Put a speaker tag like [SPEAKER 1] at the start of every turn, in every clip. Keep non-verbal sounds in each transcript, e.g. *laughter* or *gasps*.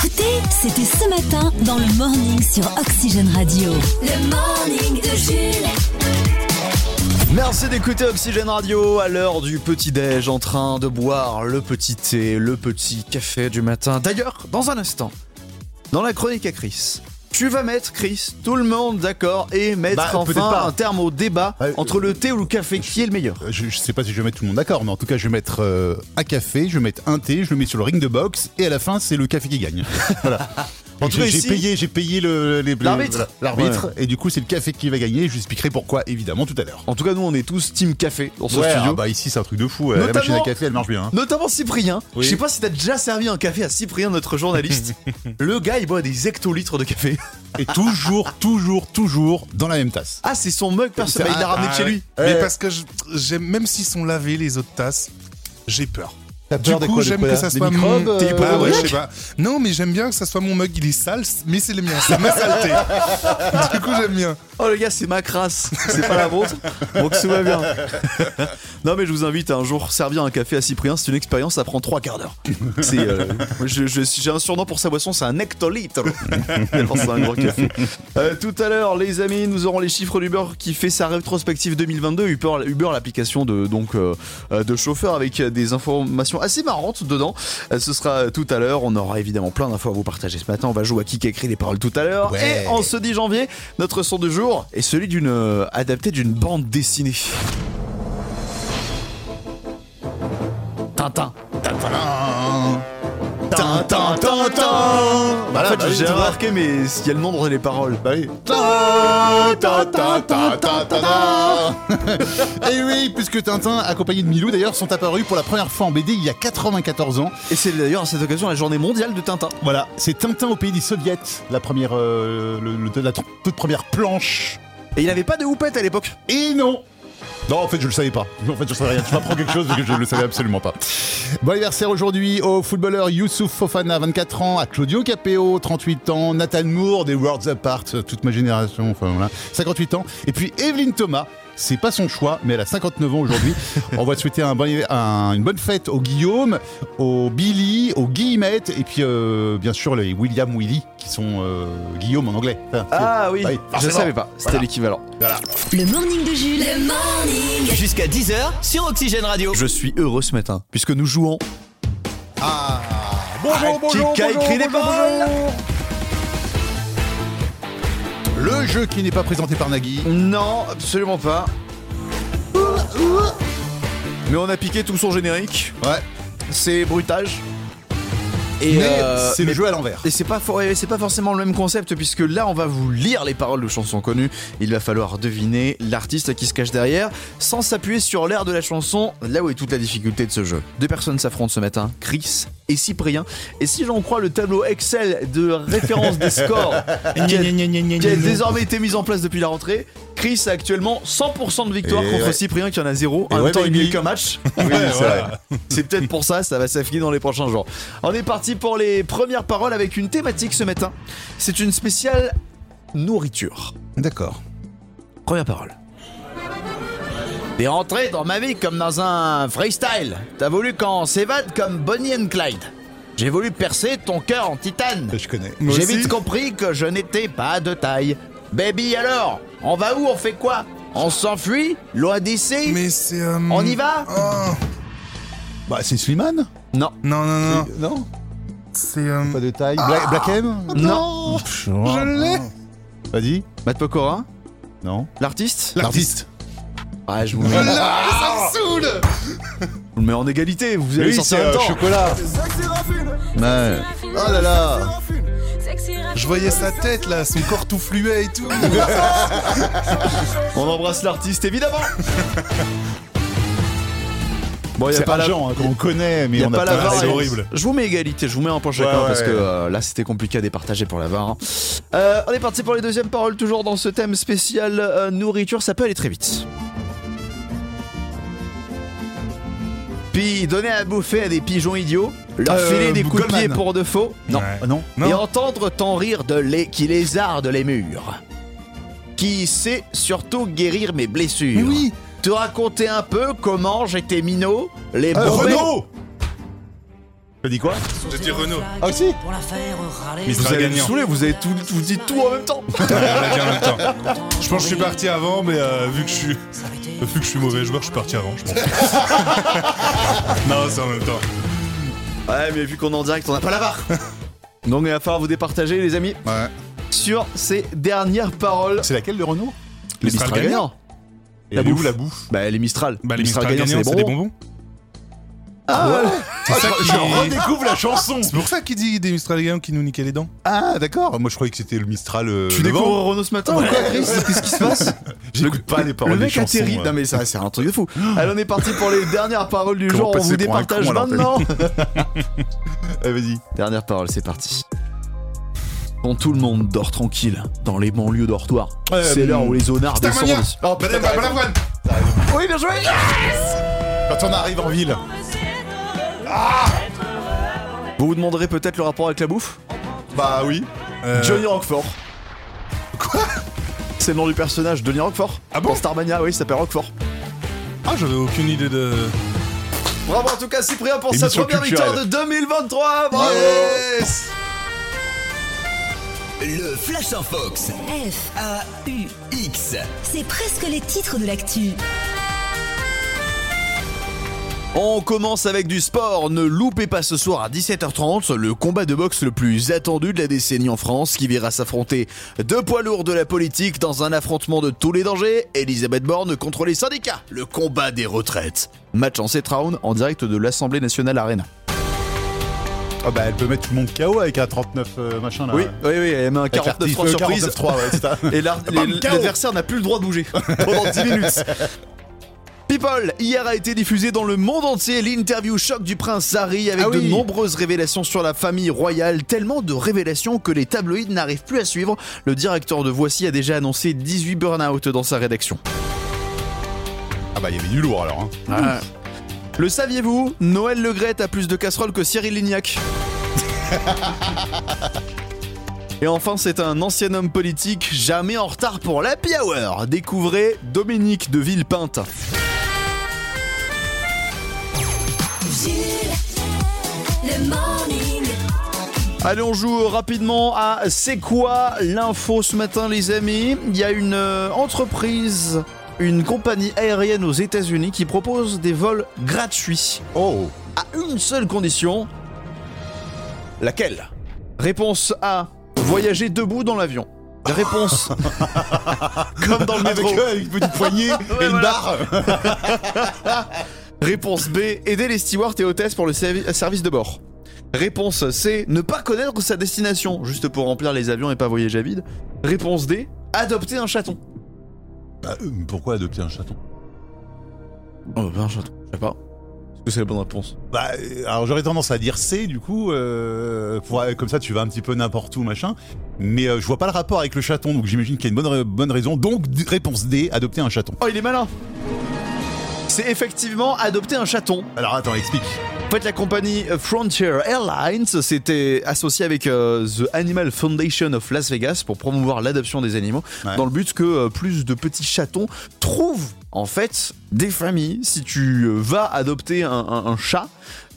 [SPEAKER 1] C'était ce matin dans le morning sur Oxygène Radio. Le morning de Jules.
[SPEAKER 2] Merci d'écouter Oxygène Radio à l'heure du petit-déj en train de boire le petit thé, le petit café du matin. D'ailleurs, dans un instant, dans la chronique à Chris, tu vas mettre, Chris, tout le monde d'accord et mettre
[SPEAKER 3] Bah,
[SPEAKER 2] enfin
[SPEAKER 3] peut-être pas.
[SPEAKER 2] un terme au débat
[SPEAKER 3] Ouais,
[SPEAKER 2] entre le thé ou le café qui est le meilleur.
[SPEAKER 3] Euh, Je, je sais pas si je vais mettre tout le monde d'accord, mais en tout cas, je vais mettre euh, un café, je vais mettre un thé, je le mets sur le ring de boxe, et à la fin, c'est le café qui gagne. *laughs* voilà. En tout
[SPEAKER 2] cas,
[SPEAKER 3] cas, j'ai
[SPEAKER 2] ici-
[SPEAKER 3] payé, j'ai payé le, les-
[SPEAKER 2] L'arbitre.
[SPEAKER 3] voilà, l'arbitre, et du coup, c'est le café qui va gagner. Je vous expliquerai pourquoi, évidemment, tout à l'heure.
[SPEAKER 2] En tout cas, nous, on est tous team café dans ce
[SPEAKER 3] Ouais,
[SPEAKER 2] studio.
[SPEAKER 3] ah bah ici, c'est un truc de fou. euh, La
[SPEAKER 2] Notamment-
[SPEAKER 3] machine à café, elle marche bien. hein.
[SPEAKER 2] Notamment Cyprien.
[SPEAKER 3] Oui.
[SPEAKER 2] Je sais pas si t'as déjà servi un café à Cyprien, notre
[SPEAKER 3] *laughs*
[SPEAKER 2] journaliste. le gars, il boit des hectolitres de café.
[SPEAKER 3] Et toujours, toujours, toujours dans la même tasse.
[SPEAKER 2] Ah, c'est son mug perso. Bah, il l'a ramené de
[SPEAKER 4] Ah
[SPEAKER 2] chez
[SPEAKER 4] ouais.
[SPEAKER 2] lui.
[SPEAKER 4] Mais
[SPEAKER 3] Ouais.
[SPEAKER 4] parce que je- j'aime, même s'ils sont lavés les autres tasses, j'ai peur.
[SPEAKER 3] T'as
[SPEAKER 4] Du coup, j'aime que ça soit mon.
[SPEAKER 3] microbes,
[SPEAKER 4] T'es
[SPEAKER 3] euh,
[SPEAKER 4] pas- ouais,
[SPEAKER 3] ouais.
[SPEAKER 4] je sais pas. Non, mais j'aime bien que ça soit mon mug. Il est sale, mais c'est le mien. C'est ma *laughs* saleté. du coup, j'aime bien.
[SPEAKER 2] Oh les gars, c'est ma crasse, c'est pas la vôtre. Donc tout va bien. non mais je vous invite à un jour servir un café à Cyprien, c'est une expérience, ça prend trois quarts d'heure. C'est, euh, je- je- j'ai un surnom pour sa boisson, c'est un *laughs* hectolitre. Tellement c'est un gros café. Euh, tout à l'heure, les amis, nous aurons les chiffres d'Uber qui fait sa rétrospective 2022. Uber, Uber, l'application de donc euh, euh, de chauffeur avec euh, des informations assez marrantes dedans. Euh, ce sera euh, tout à l'heure. On aura évidemment plein d'infos à vous partager ce matin. On va jouer à qui qui a écrit les paroles tout à l'heure.
[SPEAKER 3] Ouais.
[SPEAKER 2] Et en ce 10 janvier, notre son de jour est celui d'une euh, adaptée d'une bande dessinée. Tintin. Tintin. Tintin. Tintin.
[SPEAKER 3] Voilà,
[SPEAKER 2] en fait,
[SPEAKER 3] bah oui,
[SPEAKER 2] j'ai
[SPEAKER 3] tu vois.
[SPEAKER 2] remarqué, mais il y a le nom dans les paroles.
[SPEAKER 3] Bah oui. Et Eh oui, puisque Tintin, accompagné de Milou d'ailleurs, sont apparus pour la première fois en BD il y a 94 ans.
[SPEAKER 2] Et c'est d'ailleurs à cette occasion la journée mondiale de Tintin.
[SPEAKER 3] Voilà, c'est Tintin au pays des soviets, la première, euh, le- le- la toute première planche.
[SPEAKER 2] Et il avait pas de houppette à l'époque.
[SPEAKER 3] Et non non, en fait, je le savais pas. En fait, je savais rien. Tu m'apprends quelque chose parce que je le savais absolument pas. Bon anniversaire aujourd'hui au footballeur Youssouf Fofana, 24 ans, à Claudio Capéo, 38 ans, Nathan Moore, des Worlds Apart, toute ma génération, enfin voilà, 58 ans. Et puis Evelyne Thomas, c'est pas son choix, mais elle a 59 ans aujourd'hui. On va te souhaiter un bon- un- une bonne fête au Guillaume, au Billy, au Guillemette, et puis euh, bien sûr les William Willy, qui sont euh, Guillaume en anglais. Enfin,
[SPEAKER 2] Ah oui,
[SPEAKER 3] bah
[SPEAKER 2] je
[SPEAKER 3] forcément.
[SPEAKER 2] savais pas. C'était
[SPEAKER 3] Voilà.
[SPEAKER 2] l'équivalent.
[SPEAKER 3] Voilà.
[SPEAKER 1] Le morning de Jules. Le morning.
[SPEAKER 5] Jusqu'à 10h sur Oxygène Radio.
[SPEAKER 2] Je suis heureux ce matin puisque nous jouons.
[SPEAKER 3] Ah,
[SPEAKER 2] Ah, qui a écrit les paroles
[SPEAKER 3] Le jeu qui n'est pas présenté par Nagui.
[SPEAKER 2] Non, absolument pas. Mais on a piqué tout son générique.
[SPEAKER 3] Ouais.
[SPEAKER 2] C'est brutage. Et
[SPEAKER 3] Mais
[SPEAKER 2] euh,
[SPEAKER 3] c'est le
[SPEAKER 2] mais-
[SPEAKER 3] jeu à l'envers.
[SPEAKER 2] Et c'est pas, for- c'est pas forcément le même concept puisque là on va vous lire les paroles de chansons connues. Il va falloir deviner l'artiste qui se cache derrière sans s'appuyer sur l'air de la chanson. Là où est toute la difficulté de ce jeu. Deux personnes s'affrontent ce matin, Chris et Cyprien. Et si j'en crois le tableau Excel de référence des scores qui a, qui a désormais été mis en place depuis la rentrée, Chris a actuellement 100% de victoire
[SPEAKER 3] Et
[SPEAKER 2] contre
[SPEAKER 3] ouais.
[SPEAKER 2] Cyprien qui en a 0.
[SPEAKER 3] Et
[SPEAKER 2] un
[SPEAKER 3] ouais,
[SPEAKER 2] temps
[SPEAKER 3] mais
[SPEAKER 2] et demi
[SPEAKER 3] lui-
[SPEAKER 2] qu'un match.
[SPEAKER 3] Oui, c'est vrai.
[SPEAKER 2] C'est peut-être pour ça, ça va s'affiner dans les prochains jours. On est parti pour les premières paroles avec une thématique ce matin. C'est une spéciale nourriture.
[SPEAKER 3] D'accord.
[SPEAKER 2] Première parole. T'es rentré dans ma vie comme dans un freestyle. T'as voulu qu'on s'évade comme Bonnie and Clyde. J'ai voulu percer ton cœur en titane.
[SPEAKER 3] Je connais.
[SPEAKER 4] Moi
[SPEAKER 2] J'ai
[SPEAKER 4] aussi.
[SPEAKER 2] vite compris que je n'étais pas de taille. Baby alors, on va où On fait quoi On s'enfuit Loin d'ici
[SPEAKER 4] Mais c'est. euh,
[SPEAKER 2] On y va
[SPEAKER 4] oh.
[SPEAKER 3] Bah, c'est Slimane
[SPEAKER 2] Non.
[SPEAKER 4] Non, non, non.
[SPEAKER 3] Non
[SPEAKER 4] C'est. euh,
[SPEAKER 3] Pas de taille. Bla- Black M
[SPEAKER 2] Non.
[SPEAKER 3] Ah, Je l'ai Vas-y.
[SPEAKER 2] Matt Pokora
[SPEAKER 3] Non.
[SPEAKER 2] L'artiste
[SPEAKER 3] L'artiste.
[SPEAKER 2] Ouais, je vous le mets,
[SPEAKER 4] Ah, ça me saoule
[SPEAKER 2] je vous le mets en égalité, vous allez sortir en même temps.
[SPEAKER 3] euh, chocolat.
[SPEAKER 2] Ouais.
[SPEAKER 3] Oh là là.
[SPEAKER 4] Je voyais sa tête là, son corps tout fluet et tout.
[SPEAKER 2] On embrasse l'artiste
[SPEAKER 3] *laughs*
[SPEAKER 2] évidemment. bon, il y a
[SPEAKER 3] C'est
[SPEAKER 2] pas la
[SPEAKER 3] argent, hein, qu'on connaît, mais
[SPEAKER 2] y a
[SPEAKER 3] on n'a
[SPEAKER 2] pas la
[SPEAKER 3] pas
[SPEAKER 2] VAR,
[SPEAKER 3] assez.
[SPEAKER 2] et-
[SPEAKER 4] horrible.
[SPEAKER 2] Je vous mets égalité, je vous mets un point chacun
[SPEAKER 3] Ouais, ouais.
[SPEAKER 2] parce que euh, là c'était compliqué à départager pour la VAR. hein. Euh, on est parti pour les deuxièmes paroles, toujours dans ce thème spécial euh, nourriture, ça peut aller très vite. Puis donner à bouffer à des pigeons idiots, leur
[SPEAKER 3] Euh,
[SPEAKER 2] filer des coups de
[SPEAKER 3] Goldman.
[SPEAKER 2] pied pour de faux. Non.
[SPEAKER 4] Ouais.
[SPEAKER 3] Ah non
[SPEAKER 2] et
[SPEAKER 4] Non.
[SPEAKER 2] entendre ton rire de lait qui lézarde les murs. Qui sait surtout guérir mes blessures.
[SPEAKER 3] Mais oui.
[SPEAKER 2] Te raconter un peu comment j'étais minot, les
[SPEAKER 3] Euh,
[SPEAKER 2] bombes-
[SPEAKER 3] Renaud T'as dit quoi
[SPEAKER 4] J'ai dit Renault.
[SPEAKER 3] Ah aussi
[SPEAKER 6] Pour la faire râler.
[SPEAKER 4] Mais
[SPEAKER 2] Vous
[SPEAKER 4] sera
[SPEAKER 2] allez me
[SPEAKER 4] gagnant.
[SPEAKER 2] saouler, vous avez tout, vous dites tout en même temps.
[SPEAKER 4] Ah, On l'a dit en même temps. Je pense que je suis parti avant, mais euh, vu que je suis. Vu que je suis mauvais joueur, je suis parti avant, je *laughs* pense. non, c'est en même temps.
[SPEAKER 2] *laughs* Ouais, mais vu qu'on est en direct, on n'a pas la *laughs* barre. Donc il va falloir vous départager, les amis,
[SPEAKER 4] Ouais.
[SPEAKER 2] sur ces dernières paroles.
[SPEAKER 3] C'est laquelle de Renault
[SPEAKER 2] Les
[SPEAKER 4] Mistral
[SPEAKER 2] Mistral
[SPEAKER 4] gagnant.
[SPEAKER 2] gagnants.
[SPEAKER 3] Et
[SPEAKER 2] La
[SPEAKER 3] elle est où,
[SPEAKER 2] bouffe.
[SPEAKER 3] la bouffe
[SPEAKER 2] Bah les Mistral.
[SPEAKER 4] Bah, les Mistral gagnants,
[SPEAKER 2] gagnants,
[SPEAKER 4] c'est des bonbons.
[SPEAKER 2] Ah ouais.
[SPEAKER 4] C'est ça qui.
[SPEAKER 3] Je redécouvre la chanson
[SPEAKER 4] C'est pour ça qu'il dit des Mistral gagnants qui nous niquaient les dents.
[SPEAKER 3] Ah d'accord, moi je croyais que c'était le Mistral. euh,
[SPEAKER 2] Tu
[SPEAKER 3] devant.
[SPEAKER 2] découvres Renault ce matin ou quoi, Chris Qu'est-ce qui se passe
[SPEAKER 3] J'écoute pas les paroles
[SPEAKER 2] Le
[SPEAKER 3] des
[SPEAKER 2] mec
[SPEAKER 3] chansons, euh.
[SPEAKER 2] atterrit.
[SPEAKER 3] ouais.
[SPEAKER 2] Non mais ça, c'est un truc de fou. Allez, on est parti pour les dernières paroles du
[SPEAKER 3] Comment
[SPEAKER 2] jour. On
[SPEAKER 3] passer
[SPEAKER 2] vous
[SPEAKER 3] pour un con,
[SPEAKER 2] départage
[SPEAKER 3] alors,
[SPEAKER 2] maintenant.
[SPEAKER 3] Eh, vas-y.
[SPEAKER 2] *laughs* Dernière parole, c'est parti. Quand tout le monde dort tranquille dans les banlieues dortoirs,
[SPEAKER 3] Euh,
[SPEAKER 2] c'est l'heure où les honnards
[SPEAKER 4] Starmania.
[SPEAKER 2] descendent.
[SPEAKER 3] Oh, putain,
[SPEAKER 4] Madame
[SPEAKER 3] t'as raison.
[SPEAKER 4] Balavoine
[SPEAKER 2] Oui, bien joué
[SPEAKER 3] Quand on arrive en ville.
[SPEAKER 2] Vous vous demanderez peut-être le rapport avec la bouffe
[SPEAKER 3] Bah oui.
[SPEAKER 4] Euh,
[SPEAKER 2] Johnny Rockford.
[SPEAKER 4] Quoi
[SPEAKER 2] C'est le nom du personnage, Johnny Rockford.
[SPEAKER 4] Ah bon
[SPEAKER 2] Dans Starmania, oui, il s'appelle Rockford.
[SPEAKER 4] Ah, j'avais aucune idée de.
[SPEAKER 2] Bravo en tout cas Cyprien pour sa
[SPEAKER 3] Émission
[SPEAKER 2] première victoire de
[SPEAKER 3] culturelle.
[SPEAKER 2] 2023 Bravo
[SPEAKER 3] Yes
[SPEAKER 5] Le Flash en Fox.
[SPEAKER 1] F,
[SPEAKER 5] X.
[SPEAKER 1] c'est presque les titres de l'actu.
[SPEAKER 2] On commence avec du sport. Ne loupez pas ce soir à 17h30 le combat de boxe le plus attendu de la décennie en France qui verra s'affronter deux poids lourds de la politique dans un affrontement de tous les dangers. Elisabeth Borne contre les syndicats. Le combat des retraites. Match en 7 rounds en direct de l'Assemblée nationale Arena.
[SPEAKER 3] Ah bah elle peut mettre tout le monde KO avec un 39 euh, machin là.
[SPEAKER 2] Oui, oui, oui, elle met un
[SPEAKER 3] Avec
[SPEAKER 2] 49
[SPEAKER 3] l'article, euh,
[SPEAKER 2] surprise.
[SPEAKER 3] 49-3, ouais, c'est *laughs* ça.
[SPEAKER 2] *laughs* Et l'ar-
[SPEAKER 3] Bam,
[SPEAKER 2] les-
[SPEAKER 3] KO.
[SPEAKER 2] l'adversaire n'a plus le droit de bouger *laughs* pendant 10 minutes. People, hier a été diffusée dans le monde entier l'interview choc du prince Harry avec
[SPEAKER 3] Ah oui.
[SPEAKER 2] de nombreuses révélations sur la famille royale, tellement de révélations que les tabloïds n'arrivent plus à suivre. Le directeur de Voici a déjà annoncé 18 burn-out dans sa rédaction.
[SPEAKER 3] Ah bah il y avait du lourd alors. Hein.
[SPEAKER 2] Le saviez-vous Noël Legrette a plus de casseroles que Cyril Lignac. Et enfin, c'est un ancien homme politique jamais en retard pour l'happy hour. Découvrez Dominique de Villepinte.
[SPEAKER 1] Jules, le morning.
[SPEAKER 2] Allez, on joue rapidement à C'est quoi l'info ce matin, les amis Il y a une euh, entreprise, une compagnie aérienne aux États-Unis qui propose des vols gratuits
[SPEAKER 3] Oh
[SPEAKER 2] à une seule condition. Laquelle Réponse A voyager debout dans l'avion.
[SPEAKER 3] *laughs*
[SPEAKER 2] Réponse comme dans le
[SPEAKER 3] avec,
[SPEAKER 2] métro.
[SPEAKER 3] euh, avec une petite poignée et une
[SPEAKER 2] voilà.
[SPEAKER 3] barre
[SPEAKER 2] Réponse B aider les stewards et hôtesses pour le servi- service de bord. Réponse C ne pas connaître sa destination juste pour remplir les avions et pas voyager à vide. Réponse D adopter un chaton.
[SPEAKER 3] *laughs* Bah euh, pourquoi adopter un chaton
[SPEAKER 2] Oh, ben, un chaton, je sais pas. Est-ce que c'est la bonne réponse
[SPEAKER 3] Bah euh, alors j'aurais tendance à dire C du coup euh, pour, euh, comme ça tu vas un petit peu n'importe où machin mais euh, je vois pas le rapport avec le chaton donc j'imagine qu'il y a une bonne, ra- bonne raison donc d- réponse D adopter un chaton.
[SPEAKER 2] Oh, il est malin. C'est effectivement adopter un chaton.
[SPEAKER 3] Alors attends explique.
[SPEAKER 2] En fait, la compagnie Frontier Airlines s'était associée avec euh, The Animal Foundation of Las Vegas pour promouvoir l'adoption des animaux,
[SPEAKER 3] Ouais.
[SPEAKER 2] dans le but que euh, plus de petits chatons trouvent en fait des familles. Si tu euh, vas adopter un, un- un chat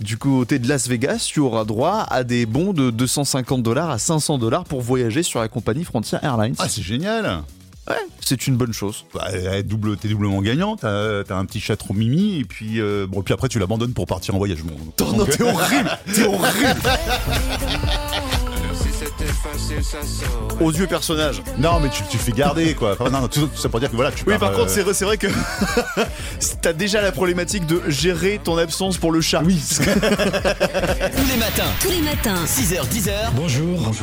[SPEAKER 2] du côté de Las Vegas, tu auras droit à des bons de 250 dollars à 500 dollars pour voyager sur la compagnie Frontier Airlines.
[SPEAKER 3] Ah c'est génial
[SPEAKER 2] Ouais, c'est une bonne chose.
[SPEAKER 3] bah, euh, double, T'es doublement gagnant, t'as t'as un petit chaton mimi et puis, euh, bon, puis après tu l'abandonnes pour partir en voyage. Bon, euh,
[SPEAKER 2] Non, non, t'es horrible, *laughs* t'es horrible. Odieux personnage.
[SPEAKER 3] Non, mais tu, tu fais garder quoi. Enfin, non, non, tout, tout ça pour dire que voilà, tu
[SPEAKER 2] Oui, par
[SPEAKER 3] pars, euh,
[SPEAKER 2] contre, c'est c'est vrai que *laughs* t'as déjà la problématique de gérer ton absence pour le chat. *laughs* Oui.
[SPEAKER 5] Tous les matins,
[SPEAKER 1] Tous les matins,
[SPEAKER 5] 6h, 10h.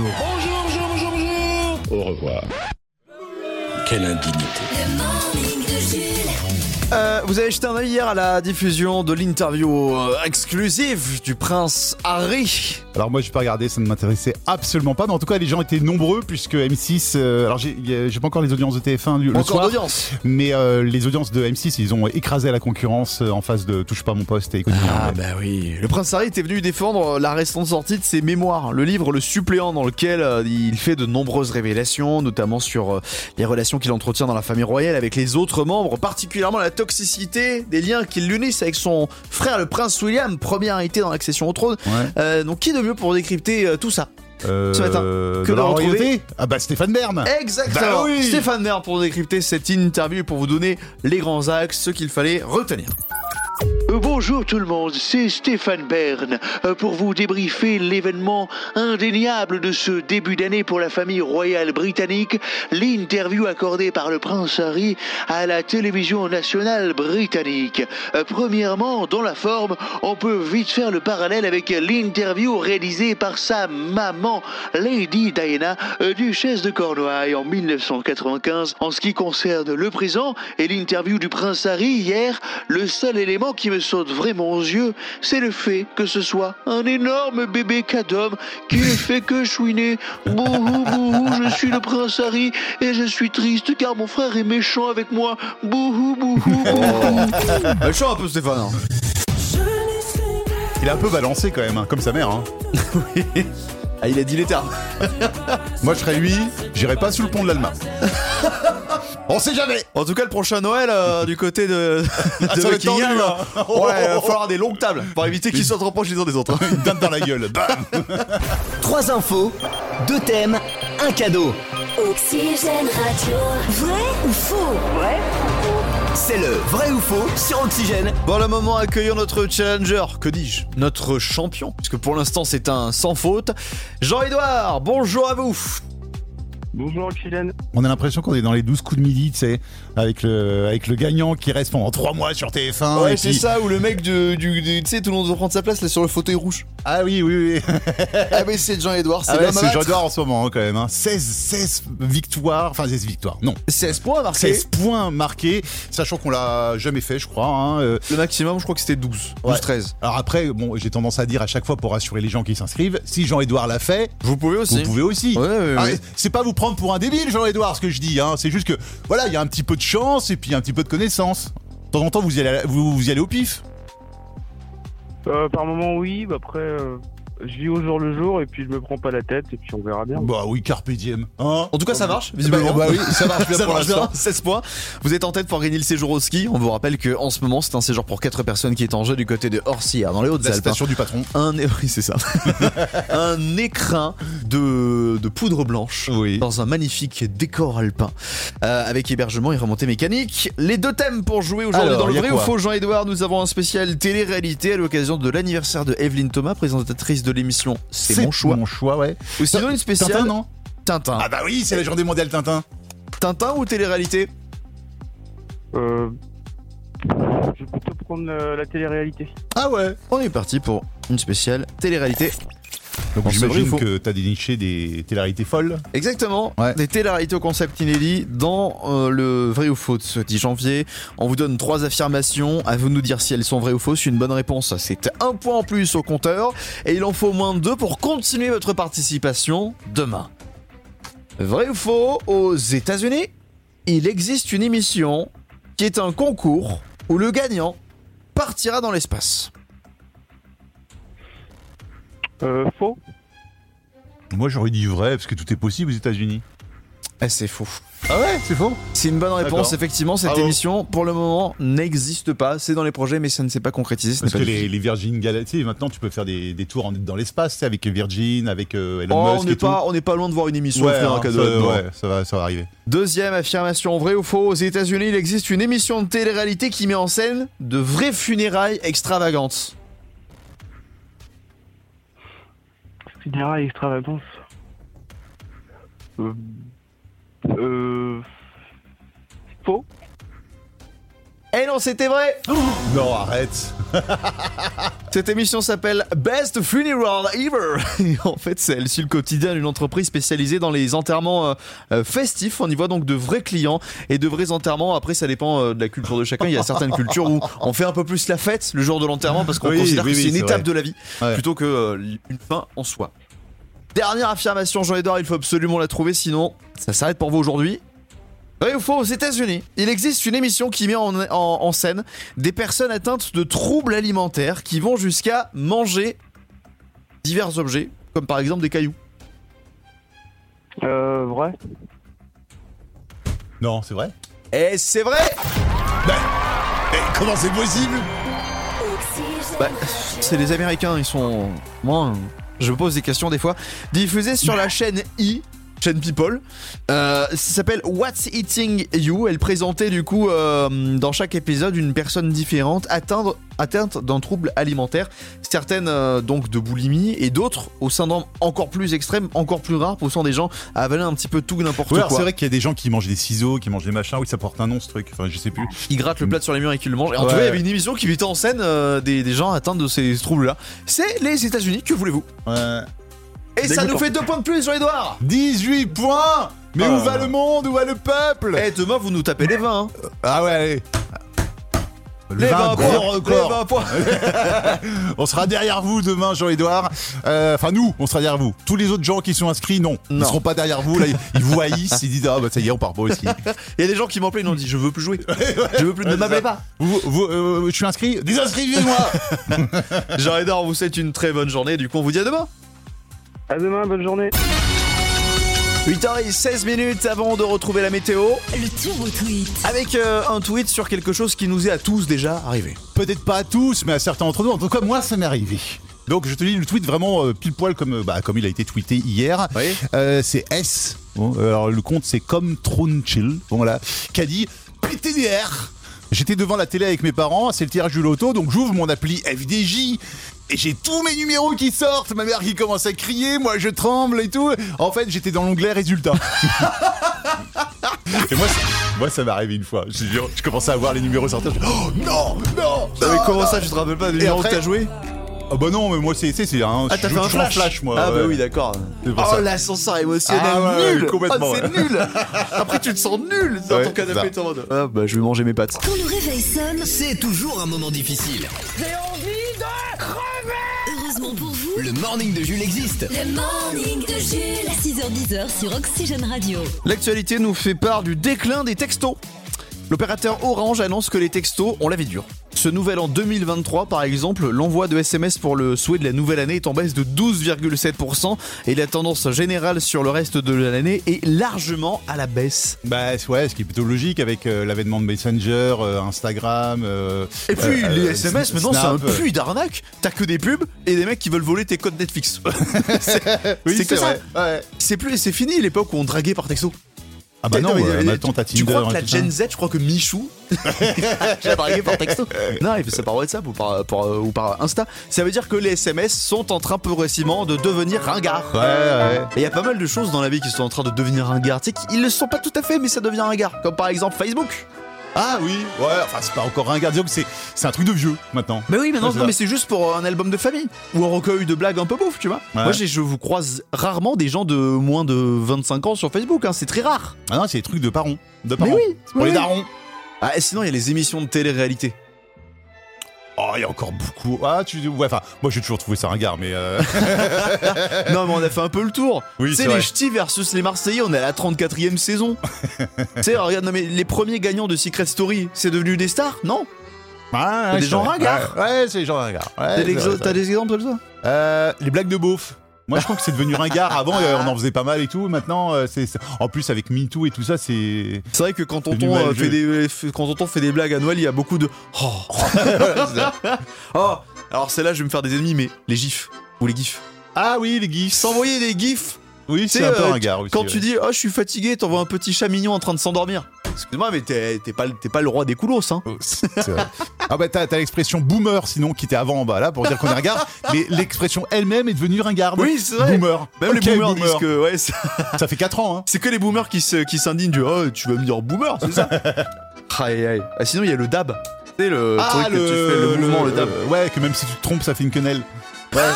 [SPEAKER 1] le morning de Jules.
[SPEAKER 2] vous avez jeté un œil hier à la diffusion de l'interview euh, exclusive du euh, prince Harry
[SPEAKER 3] Alors moi j'ai pas regardé, ça ne m'intéressait absolument pas. Mais en tout cas les gens étaient nombreux puisque M6. euh, alors j'ai y a- j'ai pas encore les audiences de TF1 du- le
[SPEAKER 2] Encore
[SPEAKER 3] soir.
[SPEAKER 2] d'audience.
[SPEAKER 3] Mais euh, les audiences de M6, ils ont écrasé la concurrence euh, en face de Touche pas à mon poste et Quotidien.
[SPEAKER 2] Ah bah oui. Le prince Harry était venu défendre euh, la restante sortie de ses mémoires, le livre Le suppléant dans lequel euh, il fait de nombreuses révélations, notamment sur euh, les relations qu'il entretient dans la famille royale avec les autres membres, particulièrement la toxicité des liens qui l'unissent avec son frère le prince William, premier hérité dans l'accession au trône.
[SPEAKER 3] Ouais.
[SPEAKER 2] Euh, donc qui de mieux pour décrypter euh, tout ça
[SPEAKER 3] Euh,
[SPEAKER 2] ce matin,
[SPEAKER 3] de
[SPEAKER 2] que
[SPEAKER 3] la
[SPEAKER 2] de retrouver-
[SPEAKER 3] royauté Ah bah Stéphane Bern
[SPEAKER 2] Exactement.
[SPEAKER 3] Bah oui.
[SPEAKER 2] Stéphane Bern pour décrypter cette interview et pour vous donner les grands axes, ce qu'il fallait
[SPEAKER 3] *laughs*
[SPEAKER 2] retenir.
[SPEAKER 6] Euh, Bonjour tout le monde, c'est Stéphane Bern euh, pour vous débriefer l'événement indéniable de ce début d'année pour la famille royale britannique, l'interview accordée par le prince Harry à la télévision nationale britannique. Euh, Premièrement, dans la forme, on peut vite faire le parallèle avec l'interview réalisée par sa maman, Lady Diana, euh, duchesse de Cornouailles en 1995. En ce qui concerne le présent et l'interview du prince Harry hier, le seul élément qui me saute vraiment aux yeux, c'est le fait que ce soit un énorme bébé cadom qui ne fait que chouiner. Bouhou, bouhou, je suis le prince Harry et je suis triste car mon frère est méchant avec moi. Bouhou, bouhou, bouhou.
[SPEAKER 2] Euh, chaud un peu Stéphane. hein.
[SPEAKER 3] Il a un peu balancé quand même, hein, comme sa mère. hein.
[SPEAKER 2] Ah, il a dit les termes.
[SPEAKER 3] Moi je serais lui, j'irais pas sous le pont de *laughs* l'Alma. On sait jamais
[SPEAKER 2] En tout cas, le prochain Noël euh, du côté de, de
[SPEAKER 3] ça va être
[SPEAKER 2] Buckingham,
[SPEAKER 3] tendu,
[SPEAKER 2] ouais,
[SPEAKER 3] hein.
[SPEAKER 2] il va falloir des longues tables pour éviter qu'ils se reprochent les uns des autres. hein.
[SPEAKER 3] Une date dans la *laughs* gueule, bam
[SPEAKER 5] Trois infos, deux thèmes, un cadeau.
[SPEAKER 1] Oxygène Radio. Vrai ou faux
[SPEAKER 5] C'est le vrai ou faux sur Oxygène.
[SPEAKER 2] Bon, le moment, accueillons notre challenger, que dis-je Notre champion, puisque pour l'instant c'est un sans faute. Jean-Edouard, bonjour à vous
[SPEAKER 7] Bonjour Kylian.
[SPEAKER 3] On a l'impression qu'on est dans les 12 coups de midi, tu sais, avec le, avec le gagnant qui reste pendant 3 mois sur TF1. Ah, et
[SPEAKER 2] Ouais, c'est
[SPEAKER 3] puis-
[SPEAKER 2] ça, où le mec du. du- du- tu sais, tout le monde veut prendre sa place là, sur le fauteuil rouge.
[SPEAKER 3] Ah oui, oui, oui.
[SPEAKER 2] ah, mais c'est Jean-Edouard, c'est
[SPEAKER 3] Ah ouais,
[SPEAKER 2] l'homme à
[SPEAKER 3] *laughs* c'est
[SPEAKER 2] battre.
[SPEAKER 3] Jean-Edouard en ce moment hein, quand même. hein. 16, 16 victoires, enfin 16 victoires, non.
[SPEAKER 2] 16 points marqués.
[SPEAKER 3] 16 points marqués, sachant qu'on l'a jamais fait, je crois. hein, euh,
[SPEAKER 2] Le maximum, je crois que c'était 12.
[SPEAKER 3] Ouais.
[SPEAKER 2] 12-13.
[SPEAKER 3] Alors après, bon, j'ai tendance à dire à chaque fois pour rassurer les gens qui s'inscrivent, si Jean-Edouard l'a fait,
[SPEAKER 2] Vous pouvez aussi.
[SPEAKER 3] vous pouvez aussi.
[SPEAKER 2] Ouais, ouais,
[SPEAKER 3] Ah,
[SPEAKER 2] ouais.
[SPEAKER 3] C'est pas vous prendre pour un débile, Jean-Edouard, ce que je dis. Hein. C'est juste que, voilà, il y a un petit peu de chance et puis un petit peu de connaissance. De temps en temps, vous y allez, à la- vous, vous y allez au pif.
[SPEAKER 7] Euh, par moment oui, bah après euh, je vis au jour le jour et puis je me prends pas la tête et puis on verra bien.
[SPEAKER 3] Bah oui, carpe diem. Hein
[SPEAKER 2] En tout cas, ça marche,
[SPEAKER 3] bah,
[SPEAKER 2] visiblement.
[SPEAKER 3] bah oui, ça
[SPEAKER 2] *laughs*
[SPEAKER 3] marche bien
[SPEAKER 2] Ça
[SPEAKER 3] pour
[SPEAKER 2] marche bien,
[SPEAKER 3] l'instant.
[SPEAKER 2] 16 points. Vous êtes en tête pour gagner le séjour au ski. On vous rappelle que en ce moment, c'est un séjour pour 4 personnes qui est en jeu du côté de Orsières, dans les
[SPEAKER 3] La
[SPEAKER 2] Hautes-Alpes. hein.
[SPEAKER 3] station du patron.
[SPEAKER 2] Un, *laughs* oui, c'est ça. un écrin de, de poudre blanche
[SPEAKER 3] Oui.
[SPEAKER 2] dans un magnifique décor alpin euh, avec hébergement et remontée mécanique. Les deux thèmes pour jouer aujourd'hui
[SPEAKER 3] Alors,
[SPEAKER 2] dans le
[SPEAKER 3] y a
[SPEAKER 2] vrai ou
[SPEAKER 3] quoi
[SPEAKER 2] faux Jean-Edouard. Nous avons un spécial télé-réalité à l'occasion de l'anniversaire de Evelyne Thomas, présentatrice de l'émission C'est mon choix.
[SPEAKER 3] Mon choix, ouais.
[SPEAKER 2] Ou sinon une spéciale
[SPEAKER 3] Tintin, non
[SPEAKER 2] Tintin.
[SPEAKER 3] Ah bah oui, c'est la journée mondiale Tintin.
[SPEAKER 2] Tintin ou télé-réalité
[SPEAKER 7] Euh, je vais plutôt prendre euh, la télé-réalité.
[SPEAKER 3] Ah ouais.
[SPEAKER 2] On est parti pour une spéciale télé-réalité.
[SPEAKER 3] Donc
[SPEAKER 2] On se briefe,
[SPEAKER 3] j'imagine
[SPEAKER 2] faut-
[SPEAKER 3] que t'as déniché des télarités folles.
[SPEAKER 2] Exactement,
[SPEAKER 3] Ouais.
[SPEAKER 2] des télé-réalités au concept inédit dans euh, le vrai ou faux de ce 10 janvier. On vous donne trois affirmations, à vous de nous dire si elles sont vraies ou fausses. Une bonne réponse, c'est un point en plus au compteur, et il en faut au moins deux pour continuer votre participation demain. Vrai ou faux, aux États-Unis, il existe une émission qui est un concours où le gagnant partira dans l'espace.
[SPEAKER 7] Euh, faux
[SPEAKER 3] Moi j'aurais dit vrai parce que tout est possible aux États-Unis.
[SPEAKER 2] Eh, c'est faux.
[SPEAKER 3] Ah ouais, c'est faux.
[SPEAKER 2] C'est une bonne réponse,
[SPEAKER 3] D'accord.
[SPEAKER 2] effectivement. Cette
[SPEAKER 3] Bravo.
[SPEAKER 2] émission, pour le moment, n'existe pas. C'est dans les projets, mais ça ne s'est pas concrétisé. Ce n'est
[SPEAKER 3] Parce
[SPEAKER 2] pas
[SPEAKER 3] que
[SPEAKER 2] du-
[SPEAKER 3] les, les Virgin Galactic, maintenant tu peux faire des, des tours en- dans l'espace, tu sais, avec Virgin, avec euh, Elon
[SPEAKER 2] Oh, on
[SPEAKER 3] Musk
[SPEAKER 2] n'est
[SPEAKER 3] et tout.
[SPEAKER 2] pas, on n'est pas loin de voir une émission
[SPEAKER 3] Ouais,
[SPEAKER 2] offrir un
[SPEAKER 3] hein,
[SPEAKER 2] cadeau
[SPEAKER 3] ça,
[SPEAKER 2] là-dedans.
[SPEAKER 3] ouais, ça va, ça va arriver.
[SPEAKER 2] Deuxième affirmation, vrai ou faux, aux États-Unis, il existe une émission de télé-réalité qui met en scène de vraies funérailles extravagantes.
[SPEAKER 7] Funérailles extravagance. Euh, euh, faux
[SPEAKER 2] Et Eh non, c'était vrai
[SPEAKER 3] Non, arrête.
[SPEAKER 2] Cette émission s'appelle Best Funeral Ever. *laughs* Et en fait, c'est elle suit le quotidien d'une entreprise spécialisée dans les enterrements euh, euh, festifs. On y voit donc de vrais clients et de vrais enterrements. Après, ça dépend euh, de la culture de chacun. Il y a certaines cultures où on fait un peu plus la fête le jour de l'enterrement parce qu'on
[SPEAKER 3] Oui,
[SPEAKER 2] considère
[SPEAKER 3] oui,
[SPEAKER 2] que
[SPEAKER 3] oui,
[SPEAKER 2] c'est une
[SPEAKER 3] c'est
[SPEAKER 2] étape
[SPEAKER 3] vrai.
[SPEAKER 2] de la vie
[SPEAKER 3] Ouais.
[SPEAKER 2] plutôt que euh, une fin en soi. Dernière affirmation, Jean-Edouard, il faut absolument la trouver, sinon ça s'arrête pour vous aujourd'hui. Oui ou faux, aux États-Unis, il existe une émission qui met en, en- en scène des personnes atteintes de troubles alimentaires qui vont jusqu'à manger divers objets, comme par exemple des cailloux.
[SPEAKER 7] Euh, vrai
[SPEAKER 3] Non, c'est vrai.
[SPEAKER 2] Et c'est vrai
[SPEAKER 3] Comment c'est possible
[SPEAKER 2] Bah, c'est les Américains, ils sont. Moi, je me pose des questions des fois. Diffusé sur la chaîne I, chaîne People, euh, ça s'appelle What's Eating You. Elle présentait du coup euh, dans chaque épisode une personne différente atteindre- atteinte d'un trouble alimentaire. Certaines euh, donc de boulimie et d'autres au syndrome encore plus extrême, encore plus rare, poussant des gens à avaler un petit peu tout et n'importe
[SPEAKER 3] Ouais, alors, c'est
[SPEAKER 2] quoi.
[SPEAKER 3] vrai qu'il y a des gens qui mangent des ciseaux, qui mangent des machins. Oui, ça porte un nom ce truc. Enfin, je sais plus.
[SPEAKER 2] Ils grattent le plat sur les murs et qu'ils le mangent. Et en tout
[SPEAKER 3] Ouais.
[SPEAKER 2] cas, il y avait une émission qui mettait en scène euh, des, des gens atteints de ces troubles-là. C'est les États-Unis, que voulez-vous
[SPEAKER 3] Ouais.
[SPEAKER 2] Et ça nous fait deux points de plus, Jean-Edouard
[SPEAKER 3] 18 points Mais où va le monde Où va le peuple
[SPEAKER 2] Eh, demain, vous nous tapez les 20. hein.
[SPEAKER 3] Ah ouais, allez. Le
[SPEAKER 2] Les 20
[SPEAKER 3] 20,
[SPEAKER 2] points
[SPEAKER 3] gros record.
[SPEAKER 2] Les 20 points
[SPEAKER 3] On sera derrière vous demain, Jean-Edouard. Euh, Enfin, nous, on sera derrière vous. Tous les autres gens qui sont inscrits, non. Ils
[SPEAKER 2] Non.
[SPEAKER 3] seront pas derrière vous. Là, ils- ils vous haïssent. Ils disent Ah, bah ça y est, on part pas aussi. *laughs*
[SPEAKER 2] Il y a des gens qui m'appellent, ils m'ont dit Je veux plus *laughs* jouer. Je veux plus. Ne
[SPEAKER 3] Ouais,
[SPEAKER 2] m'appelez
[SPEAKER 3] c'est
[SPEAKER 2] pas.
[SPEAKER 3] vous, vous, euh, je suis inscrit Désinscrivez-moi
[SPEAKER 2] Jean-Edouard, on vous souhaite une très bonne journée. Du coup, on vous dit à demain.
[SPEAKER 7] À demain, bonne journée
[SPEAKER 2] 8h16 minutes avant de retrouver la météo.
[SPEAKER 1] Le tour au tweet.
[SPEAKER 2] Avec euh, un tweet sur quelque chose qui nous est à tous déjà arrivé.
[SPEAKER 3] Peut-être pas à tous, mais à certains d'entre nous. En tout cas, moi, ça m'est arrivé. Donc, je te lis le tweet vraiment euh, pile poil comme, euh, bah, comme il a été tweeté hier.
[SPEAKER 2] Oui.
[SPEAKER 3] Euh, c'est S. Bon, euh, alors le compte c'est comme Chill, voilà, qui a dit PTDR. J'étais devant la télé avec mes parents, c'est le tirage du loto, donc j'ouvre mon appli FDJ et j'ai tous mes numéros qui sortent. Ma mère qui commence à crier, moi je tremble et tout. En fait, j'étais dans l'onglet résultats. *laughs* et moi, ça- moi ça m'est arrivé une fois. Je, je- je commençais à voir les numéros sortir. je- oh non, non, non,
[SPEAKER 2] Mais Ah comment
[SPEAKER 3] non.
[SPEAKER 2] ça, tu te rappelles pas des numéros que
[SPEAKER 3] après-
[SPEAKER 2] t'as joué
[SPEAKER 3] Ah bah non, mais moi c'est c'est c'est un.
[SPEAKER 2] Ah,
[SPEAKER 3] je
[SPEAKER 2] t'as
[SPEAKER 3] joue
[SPEAKER 2] fait un
[SPEAKER 3] toujours en
[SPEAKER 2] flash.
[SPEAKER 3] moi.
[SPEAKER 2] Ah, bah
[SPEAKER 3] ouais.
[SPEAKER 2] oui, d'accord.
[SPEAKER 3] C'est pour
[SPEAKER 2] Oh,
[SPEAKER 3] ça.
[SPEAKER 2] l'ascenseur émotionnel
[SPEAKER 3] Ah, ouais,
[SPEAKER 2] nul.
[SPEAKER 3] complètement,
[SPEAKER 2] Oh, c'est
[SPEAKER 3] ouais.
[SPEAKER 2] nul. Après, tu te sens nul dans
[SPEAKER 3] Ouais,
[SPEAKER 2] ton
[SPEAKER 3] c'est
[SPEAKER 2] canapé.
[SPEAKER 3] ça.
[SPEAKER 2] t'es en mode, Ah, bah, je vais manger mes pâtes.
[SPEAKER 1] Quand le réveil sonne,
[SPEAKER 5] C'est toujours un moment difficile.
[SPEAKER 1] heureusement pour vous,
[SPEAKER 5] Le morning de Jules existe.
[SPEAKER 1] le morning de Jules. 6h10 sur Oxygène Radio.
[SPEAKER 2] L'actualité nous fait part du déclin des textos. L'opérateur Orange annonce que les textos ont la vie dure. Ce nouvel an 2023, par exemple, l'envoi de SMS pour le souhait de la nouvelle année est en baisse de 12,7% et la tendance générale sur le reste de l'année est largement à la baisse.
[SPEAKER 3] Bah c'est- ouais, ce qui est plutôt logique avec euh, l'avènement de Messenger, euh, Instagram. euh,
[SPEAKER 2] Et puis
[SPEAKER 3] euh,
[SPEAKER 2] les
[SPEAKER 3] euh,
[SPEAKER 2] SMS,
[SPEAKER 3] Sn-
[SPEAKER 2] maintenant c'est un
[SPEAKER 3] Snap, euh.
[SPEAKER 2] puits d'arnaque. T'as que des pubs et des mecs qui veulent voler tes codes Netflix. *laughs*
[SPEAKER 3] Oui,
[SPEAKER 2] c'est que ça.
[SPEAKER 3] vrai. Ouais.
[SPEAKER 2] c'est plus, c'est fini l'époque où on draguait par texto.
[SPEAKER 3] Ah bah non,
[SPEAKER 2] mais,
[SPEAKER 3] euh,
[SPEAKER 2] mais,
[SPEAKER 3] maintenant t'as
[SPEAKER 2] tu,
[SPEAKER 3] Tinder.
[SPEAKER 2] tu crois
[SPEAKER 3] et
[SPEAKER 2] que la
[SPEAKER 3] tout ça.
[SPEAKER 2] Gen Z, je crois que *laughs* Michou, j'ai dragué par texto. *laughs* Non, il fait ça par WhatsApp ou par, par- euh, ou par Insta. Ça veut dire que les SMS sont en train progressivement de devenir ringards.
[SPEAKER 3] Ouais, ouais.
[SPEAKER 2] Et il y a pas mal de choses dans la vie qui sont en train de devenir ringards. Tu sais qu'ils le sont pas tout à fait, mais ça devient ringard. Comme par exemple Facebook.
[SPEAKER 3] Ah oui, ouais, enfin c'est pas encore un disons que c'est c'est un truc de vieux maintenant.
[SPEAKER 2] Mais oui, mais non,
[SPEAKER 3] Ouais, c'est
[SPEAKER 2] non,
[SPEAKER 3] ça.
[SPEAKER 2] mais c'est juste pour euh, un album de famille ou un recueil de blagues un peu bouffe, tu vois.
[SPEAKER 3] Ouais.
[SPEAKER 2] Moi, j'ai- je vous croise rarement des gens de moins de 25 ans sur Facebook. hein, c'est très rare.
[SPEAKER 3] Ah non, c'est des trucs de parents. De
[SPEAKER 2] Mais
[SPEAKER 3] parents.
[SPEAKER 2] oui,
[SPEAKER 3] Pour
[SPEAKER 2] oui.
[SPEAKER 3] les darons.
[SPEAKER 2] Ah, et sinon, il y a les émissions de *laughs* télé-réalité.
[SPEAKER 3] Oh, il y a encore beaucoup. Ah, tu. Ouais, enfin, moi j'ai toujours trouvé ça ringard, mais. euh, *laughs*
[SPEAKER 2] Non, mais on a fait un peu le tour.
[SPEAKER 3] Oui,
[SPEAKER 2] c'est
[SPEAKER 3] c'est
[SPEAKER 2] les
[SPEAKER 3] vrai.
[SPEAKER 2] Ch'tis versus les Marseillais, on est à la 34e saison.
[SPEAKER 3] *laughs*
[SPEAKER 2] tu sais, regarde, non, mais les premiers gagnants de Secret Story, c'est devenu des stars Non
[SPEAKER 3] Ah ouais, ouais,
[SPEAKER 2] des
[SPEAKER 3] c'est
[SPEAKER 2] gens
[SPEAKER 3] vrai.
[SPEAKER 2] ringards.
[SPEAKER 3] Ouais, ouais, c'est des gens ringards. Ouais,
[SPEAKER 2] T'as
[SPEAKER 3] c'est
[SPEAKER 2] des,
[SPEAKER 3] vrai, c'est
[SPEAKER 2] t'as
[SPEAKER 3] vrai.
[SPEAKER 2] des exemples comme ça
[SPEAKER 3] Euh, les blagues de beauf. Moi, je crois que c'est devenu ringard. Avant, euh, on en faisait pas mal et tout. Maintenant, euh, c'est c'est- en plus avec MeToo et tout ça, c'est.
[SPEAKER 2] C'est vrai que quand
[SPEAKER 3] C'est du
[SPEAKER 2] tonton,
[SPEAKER 3] mal
[SPEAKER 2] euh,
[SPEAKER 3] jeu.
[SPEAKER 2] fait des, euh, fait- quand tonton fait des blagues à Noël, il y a beaucoup de.
[SPEAKER 3] *laughs*
[SPEAKER 2] Oh, *laughs* Oh. Alors, celle-là, je vais me faire des ennemis, mais les gifs ou les gifs.
[SPEAKER 3] Ah oui, les gifs.
[SPEAKER 2] S'envoyer des gifs
[SPEAKER 3] Oui,
[SPEAKER 2] Tu
[SPEAKER 3] c'est
[SPEAKER 2] sais,
[SPEAKER 3] un peu
[SPEAKER 2] euh,
[SPEAKER 3] ringard aussi.
[SPEAKER 2] quand
[SPEAKER 3] ouais.
[SPEAKER 2] tu dis Oh, je suis fatigué, t'envoies un petit chat mignon en train de s'endormir. Excuse-moi, mais t'es t'es pas, le- t'es pas le roi des coulos, hein.
[SPEAKER 3] Oh, c'est vrai. Ah bah t'as, t'as l'expression boomer sinon qui était avant en bas là pour dire qu'on est ringard, mais l'expression elle-même est devenue ringarde.
[SPEAKER 2] Oui, c'est vrai.
[SPEAKER 3] Boomer.
[SPEAKER 2] Même
[SPEAKER 3] Ok,
[SPEAKER 2] les boomers
[SPEAKER 3] boomer.
[SPEAKER 2] disent que. Ouais, c'est-
[SPEAKER 3] ça fait 4 ans. Hein.
[SPEAKER 2] C'est que les boomers qui se- qui s'indignent du Oh, tu vas me dire boomer, c'est ça *laughs* Aïe, aïe. Ah, sinon, il y a le dab. C'est le truc que tu fais, Ah, le mouvement, le dab.
[SPEAKER 3] euh, ouais, que même si tu te trompes, ça fait une quenelle.
[SPEAKER 2] Euh,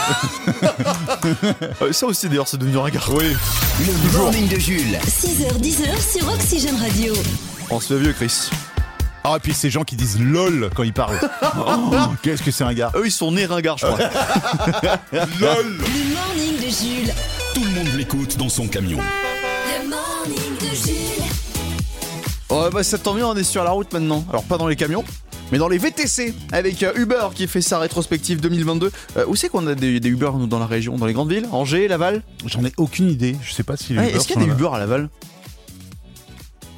[SPEAKER 2] Ça aussi, d'ailleurs, c'est devenu un garçon.
[SPEAKER 3] Oui.
[SPEAKER 5] Le morning de Jules.
[SPEAKER 1] 6h, 10h sur Oxygène Radio.
[SPEAKER 2] On se fait vieux, Chris.
[SPEAKER 3] Ah, et puis ces gens qui disent lol quand
[SPEAKER 2] *laughs*
[SPEAKER 3] ils parlent. Oh, Qu'est-ce que c'est un gars
[SPEAKER 2] Eux, Ah ils sont nés ringards, je crois.
[SPEAKER 3] Lol
[SPEAKER 1] Le morning de Jules.
[SPEAKER 8] Tout le monde l'écoute dans son camion.
[SPEAKER 1] Le morning de Jules.
[SPEAKER 2] *laughs* Ouais, bah, ça tombe bien, on est sur la route maintenant. Alors, pas dans les camions. Mais dans les VTC, avec euh, Uber qui fait sa rétrospective 2022. Euh, où c'est qu'on a des, des Uber nous, dans la région Dans les grandes villes Angers, Laval
[SPEAKER 3] J'en ai aucune idée. Je sais pas si les
[SPEAKER 2] Ouais,
[SPEAKER 3] Uber
[SPEAKER 2] Est-ce qu'il y a
[SPEAKER 3] sont
[SPEAKER 2] des
[SPEAKER 3] là.
[SPEAKER 2] Uber à Laval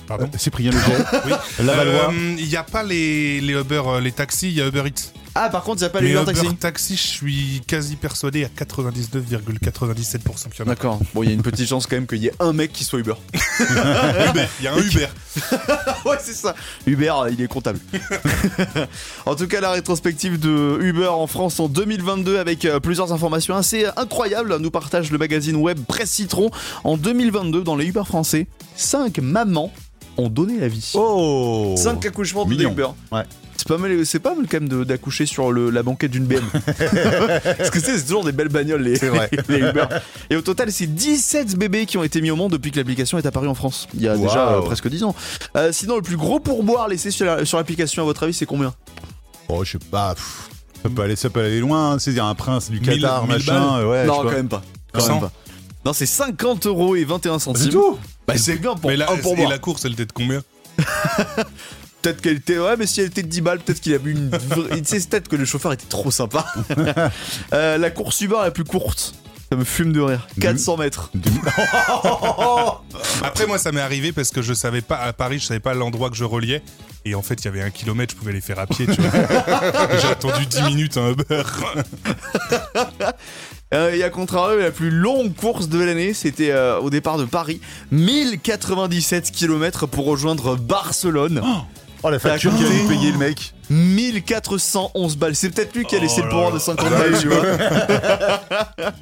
[SPEAKER 4] Pardon.
[SPEAKER 3] Euh, Cyprien Leger.
[SPEAKER 4] *laughs* Oui.
[SPEAKER 3] Lavallois.
[SPEAKER 4] Euh, Il n'y a pas les, les Uber, euh, les taxis, il y a Uber Eats.
[SPEAKER 2] Ah, par contre, ils appellent
[SPEAKER 4] Mais
[SPEAKER 2] Uber Taxi.
[SPEAKER 4] Taxi, je suis quasi persuadé à 99,97% qu'il y en a.
[SPEAKER 2] D'accord. Bon, il y a une petite chance quand même qu'il y ait un mec qui soit Uber.
[SPEAKER 4] Uber, Il y a un Uber.
[SPEAKER 2] *laughs* ouais, c'est ça. Uber, euh, il est comptable. *laughs* en tout cas, la rétrospective de Uber en France en 2022 avec euh, plusieurs informations assez incroyables. Nous partage le magazine web Presse Citron. En 2022, dans les Uber français, 5 mamans ont donné la vie.
[SPEAKER 3] Oh
[SPEAKER 2] 5 accouchements de
[SPEAKER 3] Mignon.
[SPEAKER 2] Uber.
[SPEAKER 3] Ouais.
[SPEAKER 2] C'est pas mal, c'est pas mal quand même de- d'accoucher sur le- la banquette d'une
[SPEAKER 3] *laughs*
[SPEAKER 2] BM. Parce que tu sais, c'est toujours des belles bagnoles les,
[SPEAKER 3] C'est vrai.
[SPEAKER 2] *laughs* les Uber. Et au total, c'est 17 bébés qui ont été mis au monde depuis que l'application est apparue en France. Il y a
[SPEAKER 3] Wow.
[SPEAKER 2] déjà euh, presque 10 ans. Euh, sinon, le plus gros pourboire laissé sur la- sur l'application, à votre avis, c'est combien
[SPEAKER 3] Oh, je sais pas. pff, Ça peut aller, ça peut aller loin. hein, C'est un prince du
[SPEAKER 4] Mille-
[SPEAKER 3] Qatar,
[SPEAKER 4] mille
[SPEAKER 3] machin. euh,
[SPEAKER 4] balles.
[SPEAKER 3] ouais, je
[SPEAKER 2] Non,
[SPEAKER 3] sais
[SPEAKER 2] quand
[SPEAKER 3] pas.
[SPEAKER 2] même pas. Quand
[SPEAKER 4] Cent.
[SPEAKER 2] même pas. Non, c'est 50 euros et 21
[SPEAKER 3] C'est
[SPEAKER 2] centimes.
[SPEAKER 3] tout
[SPEAKER 2] Bah, c'est bien pour
[SPEAKER 4] Mais là,
[SPEAKER 2] un
[SPEAKER 4] et
[SPEAKER 2] pourboire.
[SPEAKER 4] la course, elle était de combien
[SPEAKER 2] Peut-être qu'elle était. Ouais, mais si elle était de 10 balles, peut-être qu'il a bu une. vraie- tu sais, c'est peut-être que le chauffeur était trop sympa. Euh, la course Uber la plus courte. Ça me fume de rire. 400 mètres.
[SPEAKER 4] Après, moi, ça m'est arrivé parce que je savais pas, à Paris, je savais pas l'endroit que je reliais. Et en fait, il y avait un kilomètre, je pouvais les faire à pied, *laughs* tu vois. J'ai attendu 10 minutes un Uber.
[SPEAKER 2] *laughs* Euh, et à contrario, la plus longue course de l'année, c'était euh, au départ de Paris. 1097 km pour rejoindre Barcelone.
[SPEAKER 3] Oh, la facture
[SPEAKER 2] Ça a
[SPEAKER 3] qu'il a
[SPEAKER 2] coûté.
[SPEAKER 3] dû payer, le mec.
[SPEAKER 2] 1411 balles. C'est peut-être lui qui a laissé le pouvoir de 50
[SPEAKER 3] Bah
[SPEAKER 2] balles, tu vois.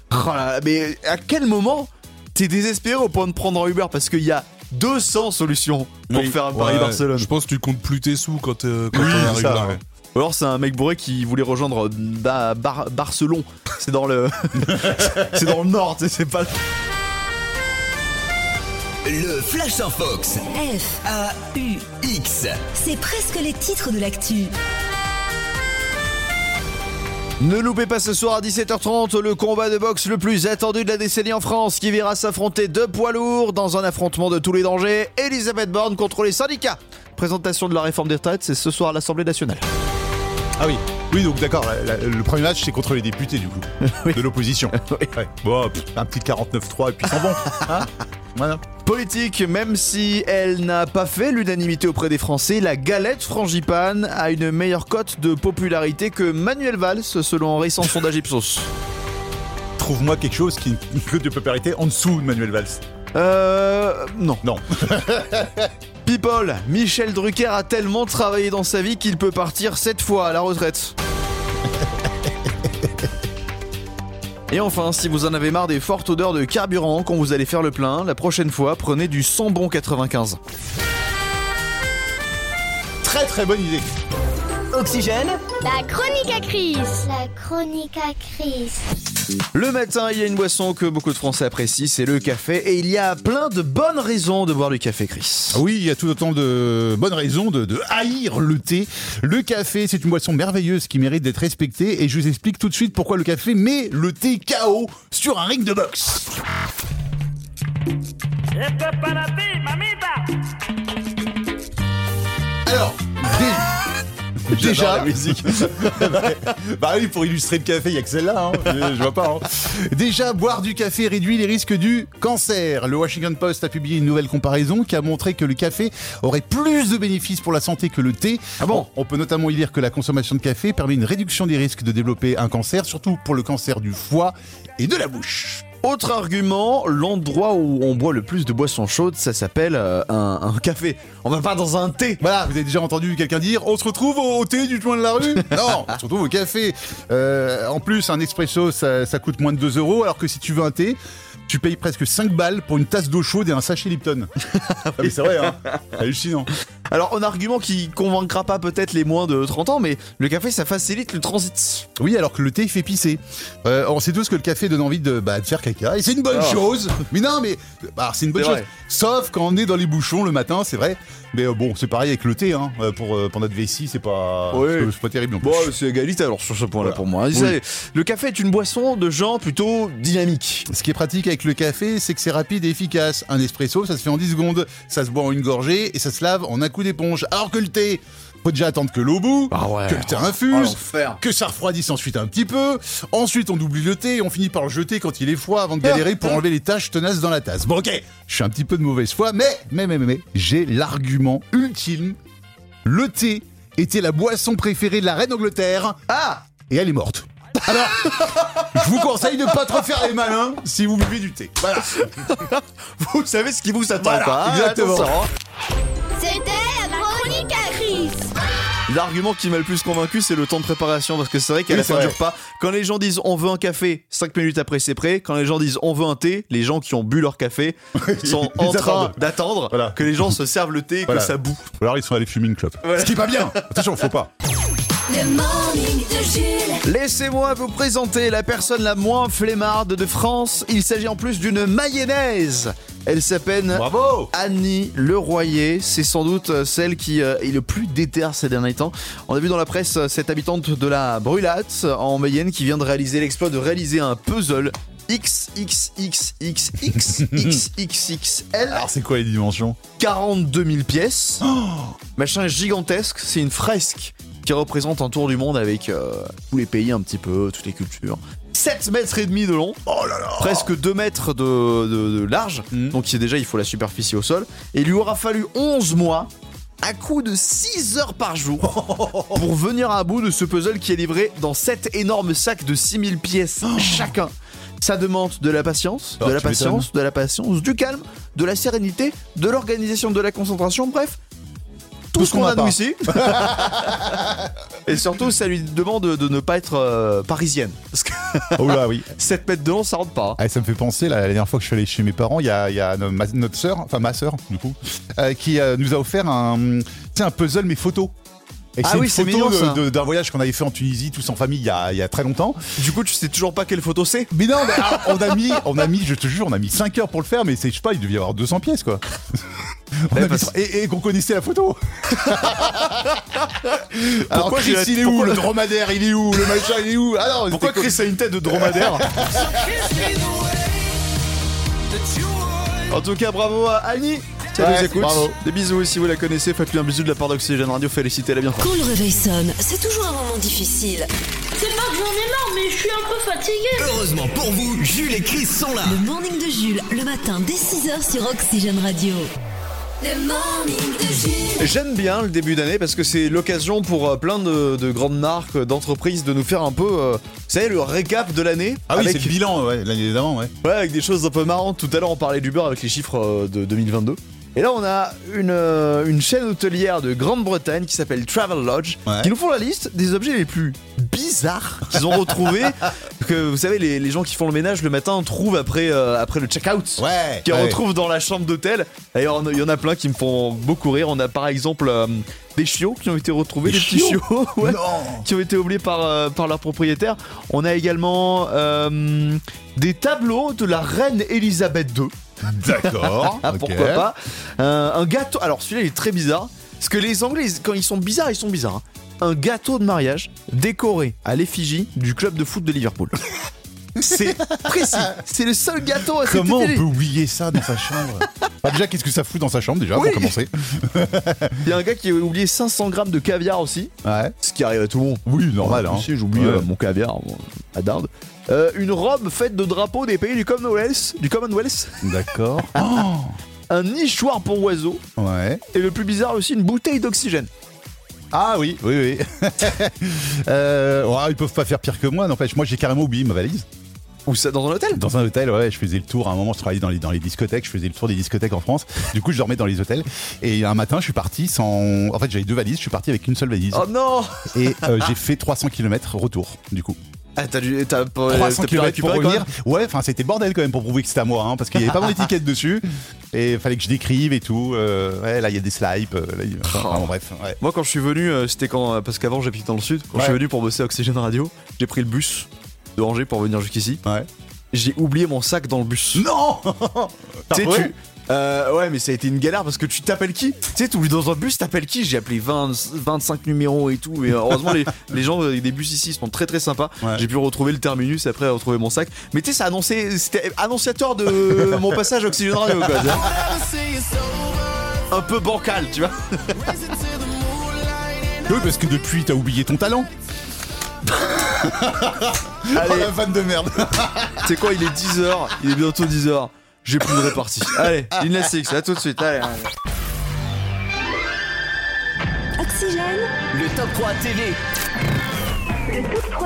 [SPEAKER 2] *laughs* Oh là là, mais à quel moment t'es désespéré au point de prendre un Uber Parce qu'il y a 200 solutions pour
[SPEAKER 4] Oui.
[SPEAKER 2] faire un Paris-Barcelone.
[SPEAKER 4] Je pense que tu comptes plus tes sous quand, euh, quand on arrive
[SPEAKER 3] ça,
[SPEAKER 4] là.
[SPEAKER 3] ouais.
[SPEAKER 2] Ou alors c'est un mec bourré qui voulait rejoindre Ba- Bar- Barcelone. C'est dans le. *laughs* c'est dans le nord, tu sais, c'est pas.
[SPEAKER 5] Le Flash en Fox.
[SPEAKER 1] F,
[SPEAKER 5] A-U-X.
[SPEAKER 1] c'est presque les titres de l'actu.
[SPEAKER 2] Ne loupez pas ce soir à 17h30 le combat de boxe le plus attendu de la décennie en France qui verra s'affronter deux poids lourds dans un affrontement de tous les dangers. Elisabeth Borne contre les syndicats. Présentation de la réforme des retraites, c'est ce soir à l'Assemblée nationale.
[SPEAKER 3] Ah oui. Oui, donc d'accord. la- la- Le premier match, c'est contre les
[SPEAKER 2] *laughs*
[SPEAKER 3] députés, du coup. De l'opposition. Ouais. Bon, pff, un petit 49-3 et puis
[SPEAKER 2] *laughs*
[SPEAKER 3] sans bon. Hein Voilà.
[SPEAKER 2] Politique, même si elle n'a pas fait l'unanimité auprès des Français, la galette frangipane a une meilleure cote de popularité que Manuel Valls selon un récent sondage Ipsos.
[SPEAKER 3] Trouve-moi quelque chose qui que de popularité en dessous de Manuel Valls.
[SPEAKER 2] Euh. Non.
[SPEAKER 3] Non.
[SPEAKER 2] *laughs* People, Michel Drucker a tellement travaillé dans sa vie qu'il peut partir 7 fois à la retraite. Et enfin, si vous en avez marre des fortes odeurs de carburant quand vous allez faire le plein, la prochaine fois, prenez du Sambon 95.
[SPEAKER 3] Très très bonne idée.
[SPEAKER 5] Oxygène.
[SPEAKER 9] La chronique à crise. La chronique à crise.
[SPEAKER 2] Le matin, il y a une boisson que beaucoup de Français apprécient, c'est le café, et il y a plein de bonnes raisons de boire du café, Chris.
[SPEAKER 3] Ah Oui, il y a tout autant de bonnes raisons de, de haïr le thé. Le café, c'est une boisson merveilleuse qui mérite d'être respectée et je vous explique tout de suite pourquoi le café met le thé KO sur un ring de boxe. Alors, dé- déjà, *laughs* bah oui, pour illustrer le café, il n'y a que celle-là, hein. je, je vois pas. hein. Déjà, boire du café réduit les risques du cancer. Le Washington Post a publié une nouvelle comparaison qui a montré que le café aurait plus de bénéfices pour la santé que le thé. Ah bon On peut notamment y lire que la consommation de café permet une réduction des risques de développer un cancer, surtout pour le cancer du foie et de la bouche.
[SPEAKER 2] Autre argument, l'endroit où on boit le plus de boissons chaudes, ça s'appelle euh, un, un café. On va pas dans un thé.
[SPEAKER 3] Voilà, vous avez déjà entendu quelqu'un dire on se retrouve au, au thé du coin de
[SPEAKER 2] *laughs*
[SPEAKER 3] la rue Non, on se retrouve au café. Euh, en plus, un espresso, ça, ça coûte moins de 2 euros, alors que si tu veux un thé, tu payes
[SPEAKER 2] *laughs*
[SPEAKER 3] presque 5 balles pour une tasse d'eau chaude et un sachet Lipton. ah, mais c'est vrai, hein hallucinant.
[SPEAKER 2] Alors, un argument qui convaincra pas peut-être les moins de 30 ans, mais le café, ça facilite le transit.
[SPEAKER 3] Oui, alors que le thé il fait pisser. Euh, on sait tous que le café donne envie de, bah, de faire caca, et c'est une bonne
[SPEAKER 2] Ah.
[SPEAKER 3] chose. Mais non, mais bah, c'est une bonne
[SPEAKER 2] C'est
[SPEAKER 3] chose.
[SPEAKER 2] vrai.
[SPEAKER 3] Sauf quand on est dans les bouchons le matin, c'est vrai. Mais euh, bon, c'est pareil avec le thé, hein. euh, Pour, euh, pour notre vessie, c'est pas,
[SPEAKER 2] Oui.
[SPEAKER 3] c'est- c'est pas terrible. non plus.
[SPEAKER 2] Bon, c'est égalité alors sur ce point-là
[SPEAKER 3] Voilà.
[SPEAKER 2] pour moi.
[SPEAKER 3] Oui.
[SPEAKER 2] C'est- Le café est une boisson de gens plutôt dynamiques. *laughs*
[SPEAKER 3] Ce qui est pratique avec le café, c'est que c'est rapide et efficace. Un espresso, ça se fait en 10 secondes, ça se boit en une gorgée et ça se lave en un coup d'éponge. Alors que le thé, faut déjà attendre que l'eau bout, que le thé infuse, que ça refroidisse ensuite un petit peu. Ensuite, on oublie le thé et on finit par le jeter quand il est froid avant de galérer pour enlever les taches tenaces dans la tasse. Bon, ok, je suis un petit peu de mauvaise foi, mais, mais, mais, mais, mais, j'ai l'argument ultime. Le thé était la boisson préférée de la reine d'Angleterre. Ah Et elle est morte. Alors, je vous conseille de pas trop faire les malins si vous buvez du thé. Voilà.
[SPEAKER 2] Vous savez ce qui vous attend
[SPEAKER 3] Voilà,
[SPEAKER 2] pas. hein,
[SPEAKER 3] exactement.
[SPEAKER 2] attention, hein.
[SPEAKER 9] C'était la chronique à Chris.
[SPEAKER 2] L'argument qui m'a le plus convaincu, c'est le temps de préparation, parce que c'est vrai qu'à
[SPEAKER 3] Oui,
[SPEAKER 2] la
[SPEAKER 3] c'est
[SPEAKER 2] fin
[SPEAKER 3] vrai.
[SPEAKER 2] du repas, quand les gens disent on veut un café, 5 minutes après c'est prêt. Quand les gens disent on veut un thé, les gens qui ont bu leur
[SPEAKER 3] *laughs*
[SPEAKER 2] café sont
[SPEAKER 3] Ils
[SPEAKER 2] en train
[SPEAKER 3] attendent.
[SPEAKER 2] d'attendre
[SPEAKER 3] Voilà.
[SPEAKER 2] que les gens se servent le thé, et
[SPEAKER 3] Voilà.
[SPEAKER 2] que ça boue.
[SPEAKER 3] Ou alors ils sont allés fumer une clope. Ce qui est pas bien. Attention, faut pas.
[SPEAKER 1] Le morning de Jules.
[SPEAKER 2] Laissez-moi vous présenter la personne la moins flemmarde de France. Il s'agit en plus d'une mayonnaise. Elle s'appelle
[SPEAKER 3] Bravo.
[SPEAKER 2] Annie Leroyer, c'est sans doute euh, celle qui euh, est le plus déterre ces derniers temps. On a vu dans la presse euh, cette habitante de la Brulate euh, en Mayenne qui vient de réaliser l'exploit de réaliser un puzzle XXXXXXXXL
[SPEAKER 3] Alors c'est quoi les dimensions
[SPEAKER 2] 42 000
[SPEAKER 3] *gasps*
[SPEAKER 2] pièces.
[SPEAKER 3] Oh
[SPEAKER 2] Machin gigantesque, c'est une fresque qui représente un tour du monde avec euh, tous les pays un petit peu, toutes les cultures. 7 mètres et demi de long, presque 2 mètres de, de- de large,
[SPEAKER 3] Oh Mhm.
[SPEAKER 2] donc il- déjà il faut la superficie au sol. Et il lui aura fallu 11 mois, à coup de 6 heures par jour,
[SPEAKER 3] *laughs* Oh.
[SPEAKER 2] pour venir à bout de ce puzzle qui est livré dans 7 énormes sacs de 6000 pièces chacun. Ça demande de la patience,
[SPEAKER 3] Ah,
[SPEAKER 2] de la
[SPEAKER 3] Oh. tu m'étonnes.
[SPEAKER 2] patience, de la patience, du calme, de la sérénité, de l'organisation, de la concentration, bref. Tout, ce qu'on a, nous
[SPEAKER 3] pas.
[SPEAKER 2] ici. *laughs* Et surtout, ça lui demande de ne pas être euh, parisienne. Parce que *laughs*
[SPEAKER 3] Oh là oui.
[SPEAKER 2] 7 mètres de long, ça rentre pas.
[SPEAKER 3] *laughs*
[SPEAKER 2] hein.
[SPEAKER 3] Ah, ça me fait penser, là, la dernière fois que je suis allé chez mes parents, il y a, il y a no- ma- notre sœur, enfin ma sœur du coup, euh, qui euh, nous a offert un, tu sais, un puzzle mais photo. Et
[SPEAKER 2] Ah
[SPEAKER 3] une
[SPEAKER 2] oui, c'est mignon,
[SPEAKER 3] photo de-
[SPEAKER 2] ça.
[SPEAKER 3] de- d'un voyage qu'on avait fait en Tunisie tous en famille il y a, il y a très longtemps.
[SPEAKER 2] Du coup, tu sais toujours pas quelle photo c'est.
[SPEAKER 3] Mais non, mais, ah, on a mis, on a mis, je te jure, on a mis 5 heures pour le faire, mais c'est, je sais pas, il devait y avoir 200 pièces quoi. *laughs* On a mis
[SPEAKER 2] parce-
[SPEAKER 3] ça- et et qu'on connaissait la *laughs* photo. Alors
[SPEAKER 2] Pourquoi
[SPEAKER 3] Chris,
[SPEAKER 2] j'ai-
[SPEAKER 3] il est où
[SPEAKER 2] pourquoi-
[SPEAKER 3] Le dromadaire, il est où Le machin, il est où Ah non,
[SPEAKER 2] Pourquoi
[SPEAKER 3] c'était- Ah
[SPEAKER 2] Chris a une tête de dromadaire En tout cas, bravo à Annie qui
[SPEAKER 3] Ouais,
[SPEAKER 2] nous écoute.
[SPEAKER 3] bravo.
[SPEAKER 2] Des bisous si vous la connaissez. Faites-lui un bisou de la part d'Oxygène Radio. Félicitez-la bien. fort.
[SPEAKER 1] Quand le réveil sonne, c'est toujours un moment difficile.
[SPEAKER 9] C'est pas que j'en ai marre, mais je suis un peu fatiguée.
[SPEAKER 5] Heureusement pour vous, Jules et Chris sont là.
[SPEAKER 1] Le morning de Jules, le matin dès 6h sur Oxygène Radio. Le morning de Jules.
[SPEAKER 2] J'aime bien le début d'année parce que c'est l'occasion pour euh, plein de, de grandes marques, euh, d'entreprises de nous faire un peu, euh, vous savez, le récap de l'année.
[SPEAKER 3] Ah oui,
[SPEAKER 2] avec,
[SPEAKER 3] c'est le bilan ouais, l'année d'avant, ouais.
[SPEAKER 2] ouais, avec des choses un peu marrantes. Tout à l'heure, on parlait du beurre avec les chiffres euh, de 2022. Et là, on a une, euh, une chaîne hôtelière de Grande-Bretagne qui s'appelle Travel Lodge
[SPEAKER 3] Ouais.
[SPEAKER 2] qui nous font la liste des objets les plus bizarres qu'ils ont
[SPEAKER 3] *laughs*
[SPEAKER 2] retrouvés. que vous savez, les, les gens qui font le ménage le matin trouvent après, euh, après le check-out
[SPEAKER 3] Ouais.
[SPEAKER 2] qui
[SPEAKER 3] ouais.
[SPEAKER 2] retrouve dans la chambre d'hôtel. D'ailleurs, il y en a plein qui me font beaucoup rire. On a par exemple euh, des chiots qui ont été retrouvés,
[SPEAKER 3] Des
[SPEAKER 2] des, petits
[SPEAKER 3] chiots
[SPEAKER 2] chiots *laughs* ouais,
[SPEAKER 3] Non.
[SPEAKER 2] qui ont été oubliés par, euh, par leur propriétaire. On a également euh, des tableaux de la reine Elisabeth II.
[SPEAKER 3] D'accord.
[SPEAKER 2] Ah,
[SPEAKER 3] ok.
[SPEAKER 2] pourquoi pas Euh, Un gâteau. Alors, celui-là, il est très bizarre. Parce que les Anglais, quand ils sont bizarres, ils sont bizarres. hein. Un gâteau de mariage décoré à l'effigie du club de foot de
[SPEAKER 3] *laughs*
[SPEAKER 2] Liverpool. C'est précis. C'est le seul gâteau à
[SPEAKER 3] Comment on
[SPEAKER 2] s'étonner.
[SPEAKER 3] peut oublier ça dans sa chambre Bah, Déjà, qu'est-ce que ça fout dans sa chambre déjà
[SPEAKER 2] Oui.
[SPEAKER 3] pour commencer
[SPEAKER 2] Il y a un gars qui a oublié 500 grammes de caviar aussi,
[SPEAKER 3] Ouais.
[SPEAKER 2] ce qui arrive à tout le monde.
[SPEAKER 3] Oui, normal. hein.
[SPEAKER 2] Si j'oublie
[SPEAKER 3] Ouais.
[SPEAKER 2] euh, mon caviar, mon- à dinde. Euh, une robe faite de drapeaux des pays du Commonwealth, du Commonwealth,
[SPEAKER 3] D'accord. Oh.
[SPEAKER 2] *laughs* un nichoir pour oiseaux,
[SPEAKER 3] Ouais.
[SPEAKER 2] et le plus bizarre aussi, une bouteille d'oxygène.
[SPEAKER 3] Ah oui, oui, oui. *laughs* Euh, ouais, ils peuvent pas faire pire que moi, n'empêche. Moi, j'ai carrément oublié ma valise.
[SPEAKER 2] Ou ça dans un hôtel
[SPEAKER 3] Dans un hôtel, ouais, je faisais le tour. À un moment, je travaillais dans les, dans les discothèques. Je faisais le tour des discothèques en France. Du coup, je dormais dans les hôtels. Et un matin, je suis parti sans. Oh En fait, j'avais deux valises. Je suis parti avec une seule valise.
[SPEAKER 2] Oh non
[SPEAKER 3] Et euh, j'ai fait 300 km retour, du coup.
[SPEAKER 2] Ah, t'as dû. T'as pas. t'as
[SPEAKER 3] 300
[SPEAKER 2] pu
[SPEAKER 3] km pour
[SPEAKER 2] récupérer, quand
[SPEAKER 3] revenir. Ouais, enfin, c'était bordel quand même pour prouver que c'était à moi, hein, parce qu'il n'y avait pas mon étiquette dessus. Et il fallait que je décrive et tout. euh, ouais, là, il y a des slides. euh, là, il- enfin,
[SPEAKER 2] Oh.
[SPEAKER 3] vraiment, bref. ouais.
[SPEAKER 2] Moi, quand je suis venu, euh, c'était quand. euh, Parce qu'avant, j'habitais dans le sud. Quand je suis
[SPEAKER 3] Ouais.
[SPEAKER 2] venu pour bosser à Oxygène Radio, j'ai pris le bus de Angers pour venir jusqu'ici.
[SPEAKER 3] Ouais.
[SPEAKER 2] J'ai oublié mon sac dans le bus.
[SPEAKER 3] Non *laughs* T'as
[SPEAKER 2] Tu sais,
[SPEAKER 3] retrouvé
[SPEAKER 2] tu- Euh, ouais, mais ça a été une galère parce que tu t'appelles qui Tu sais, t'oublies dans un bus, t'appelles qui J'ai appelé 20 25 numéros et tout. Et euh, heureusement,
[SPEAKER 3] *laughs*
[SPEAKER 2] les, les gens euh, des bus ici sont très très sympas.
[SPEAKER 3] Ouais.
[SPEAKER 2] J'ai pu retrouver le terminus après retrouver mon sac. Mais tu sais, ça annonçait, c'était annonciateur
[SPEAKER 3] *laughs*
[SPEAKER 2] de mon passage à Oxygène Radio. Quoi, tu vois. un peu bancal, tu vois.
[SPEAKER 3] Oui, parce que depuis, t'as oublié ton *laughs* talent. Oh,
[SPEAKER 2] Allez,
[SPEAKER 3] la vanne de merde.
[SPEAKER 2] tu sais quoi, il est 10h, il est bientôt 10h. J'ai plus de répartie. Allez, Inla Six, à tout de suite. Allez, allez.
[SPEAKER 1] Oxygène,
[SPEAKER 5] Le top 3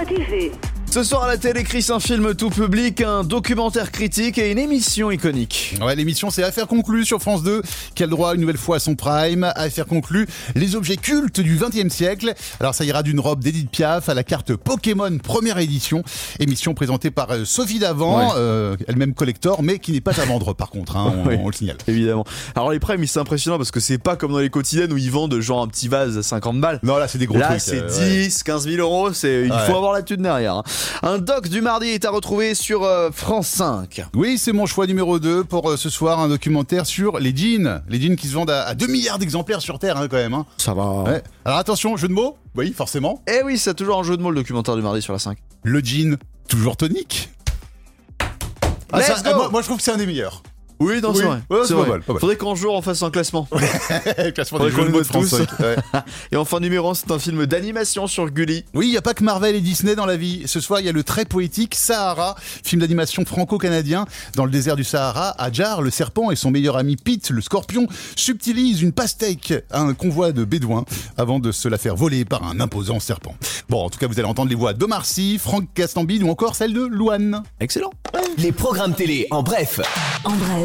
[SPEAKER 5] TV.
[SPEAKER 2] Ce soir à la télé, Chris, un film tout public, un documentaire critique et une émission iconique.
[SPEAKER 3] Ouais, l'émission c'est Affaires conclues sur France 2, qui a le droit une nouvelle fois à son prime. Affaires conclues, les objets cultes du 20e siècle. Alors ça ira d'une robe d'Edith Piaf à la carte Pokémon première édition. Émission présentée par euh, Sophie Davant,
[SPEAKER 2] Ouais.
[SPEAKER 3] euh, elle-même collector, mais qui n'est pas à vendre par contre, *laughs* hein, on,
[SPEAKER 2] Ouais.
[SPEAKER 3] on le signale.
[SPEAKER 2] Évidemment. Alors les primes, c'est impressionnant parce que c'est pas comme dans les quotidiennes où ils vendent genre un petit vase à 50 balles.
[SPEAKER 3] Non, là c'est des gros
[SPEAKER 2] Là,
[SPEAKER 3] trucs.
[SPEAKER 2] c'est
[SPEAKER 3] euh,
[SPEAKER 2] 10, 15 000 euros. C'est, il
[SPEAKER 3] Ouais.
[SPEAKER 2] faut avoir la thune derrière. hein. Un doc du mardi est à retrouver sur euh, France 5.
[SPEAKER 3] Oui, c'est mon choix numéro 2 pour euh, ce soir, un documentaire sur les jeans. Les jeans qui se vendent à, à 2 milliards d'exemplaires sur Terre hein, quand même. hein.
[SPEAKER 2] Ça va.
[SPEAKER 3] Ouais. Alors attention, jeu de mots Oui, forcément.
[SPEAKER 2] Eh oui, c'est toujours un jeu de mots le documentaire du mardi sur la 5.
[SPEAKER 3] Le jean, toujours tonique. Ah,
[SPEAKER 2] Let's
[SPEAKER 3] ça,
[SPEAKER 2] go
[SPEAKER 3] ah, moi, moi, je trouve que c'est un des meilleurs. *laughs*
[SPEAKER 2] Oui, non,
[SPEAKER 3] Oui.
[SPEAKER 2] c'est vrai.
[SPEAKER 3] Ouais, c'est
[SPEAKER 2] c'est
[SPEAKER 3] pas
[SPEAKER 2] vrai.
[SPEAKER 3] mal, pas mal.
[SPEAKER 2] Faudrait qu'un jour on fasse un classement.
[SPEAKER 3] Classement
[SPEAKER 2] Faudrait
[SPEAKER 3] des
[SPEAKER 2] qu'on le
[SPEAKER 3] jeux de mots de
[SPEAKER 2] vote tous.
[SPEAKER 3] France cinq. Ouais.
[SPEAKER 2] Et enfin, numéro 1, c'est un film d'animation sur Gulli.
[SPEAKER 3] Oui, il n'y a pas que Marvel et Disney dans la vie. Ce soir, il y a le très poétique Sahara, film d'animation franco-canadien. Dans le désert du Sahara, Hadjar, le serpent, et son meilleur ami Pete, le scorpion, subtilisent une pastèque à un convoi de bédouins avant de se la faire voler par un imposant serpent. Bon, en tout cas, vous allez entendre les voix d'Omar Sy, Franck Castambide ou encore celle de Louane.
[SPEAKER 2] Excellent.
[SPEAKER 5] Les programmes télé, en bref.
[SPEAKER 1] en bref,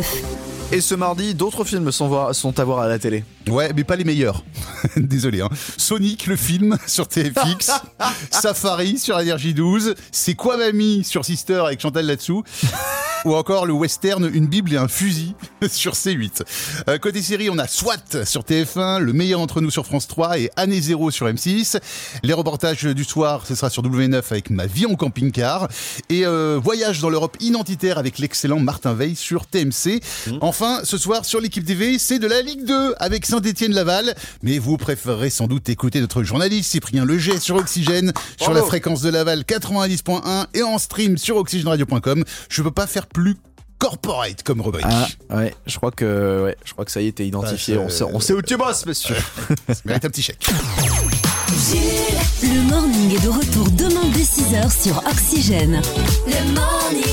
[SPEAKER 2] Et ce mardi, d'autres films sont, voir- sont à voir à la télé.
[SPEAKER 3] Ouais, mais pas les meilleurs. *laughs* Désolé. Hein. Sonic, le film *laughs* sur TFX. Safari sur NRJ12. C'est quoi mamie sur Sister avec Chantal là-dessous. Ou encore le western Une Bible et un fusil *laughs* sur C8. Euh, côté série, on a SWAT sur TF1, Le meilleur entre nous sur France 3 et Année Zéro sur M6. Les reportages du soir, ce sera sur W9 avec Ma vie en camping-car. Et euh, Voyage dans l'Europe identitaire avec l'excellent Martin Veil sur TMC. Enfin, ce soir sur l'équipe TV, c'est de la Ligue 2 avec Saint-Étienne Laval. Mais vous préférerez sans doute écouter notre journaliste Cyprien Leget sur Oxygène, sur la
[SPEAKER 2] Bravo.
[SPEAKER 3] fréquence de Laval 90.1 et en stream sur oxygenradio.com. Je peux pas faire plus corporate comme rubrique.
[SPEAKER 2] Ah. ouais, je crois que, ouais, je crois que ça y est, t'es identifié.
[SPEAKER 3] Bah,
[SPEAKER 2] on,
[SPEAKER 3] c'est-
[SPEAKER 2] sait, on sait où tu bosses, monsieur.
[SPEAKER 3] Ça mérite un petit chèque.
[SPEAKER 1] le morning est de retour demain dès 6h sur Oxygène. Le morning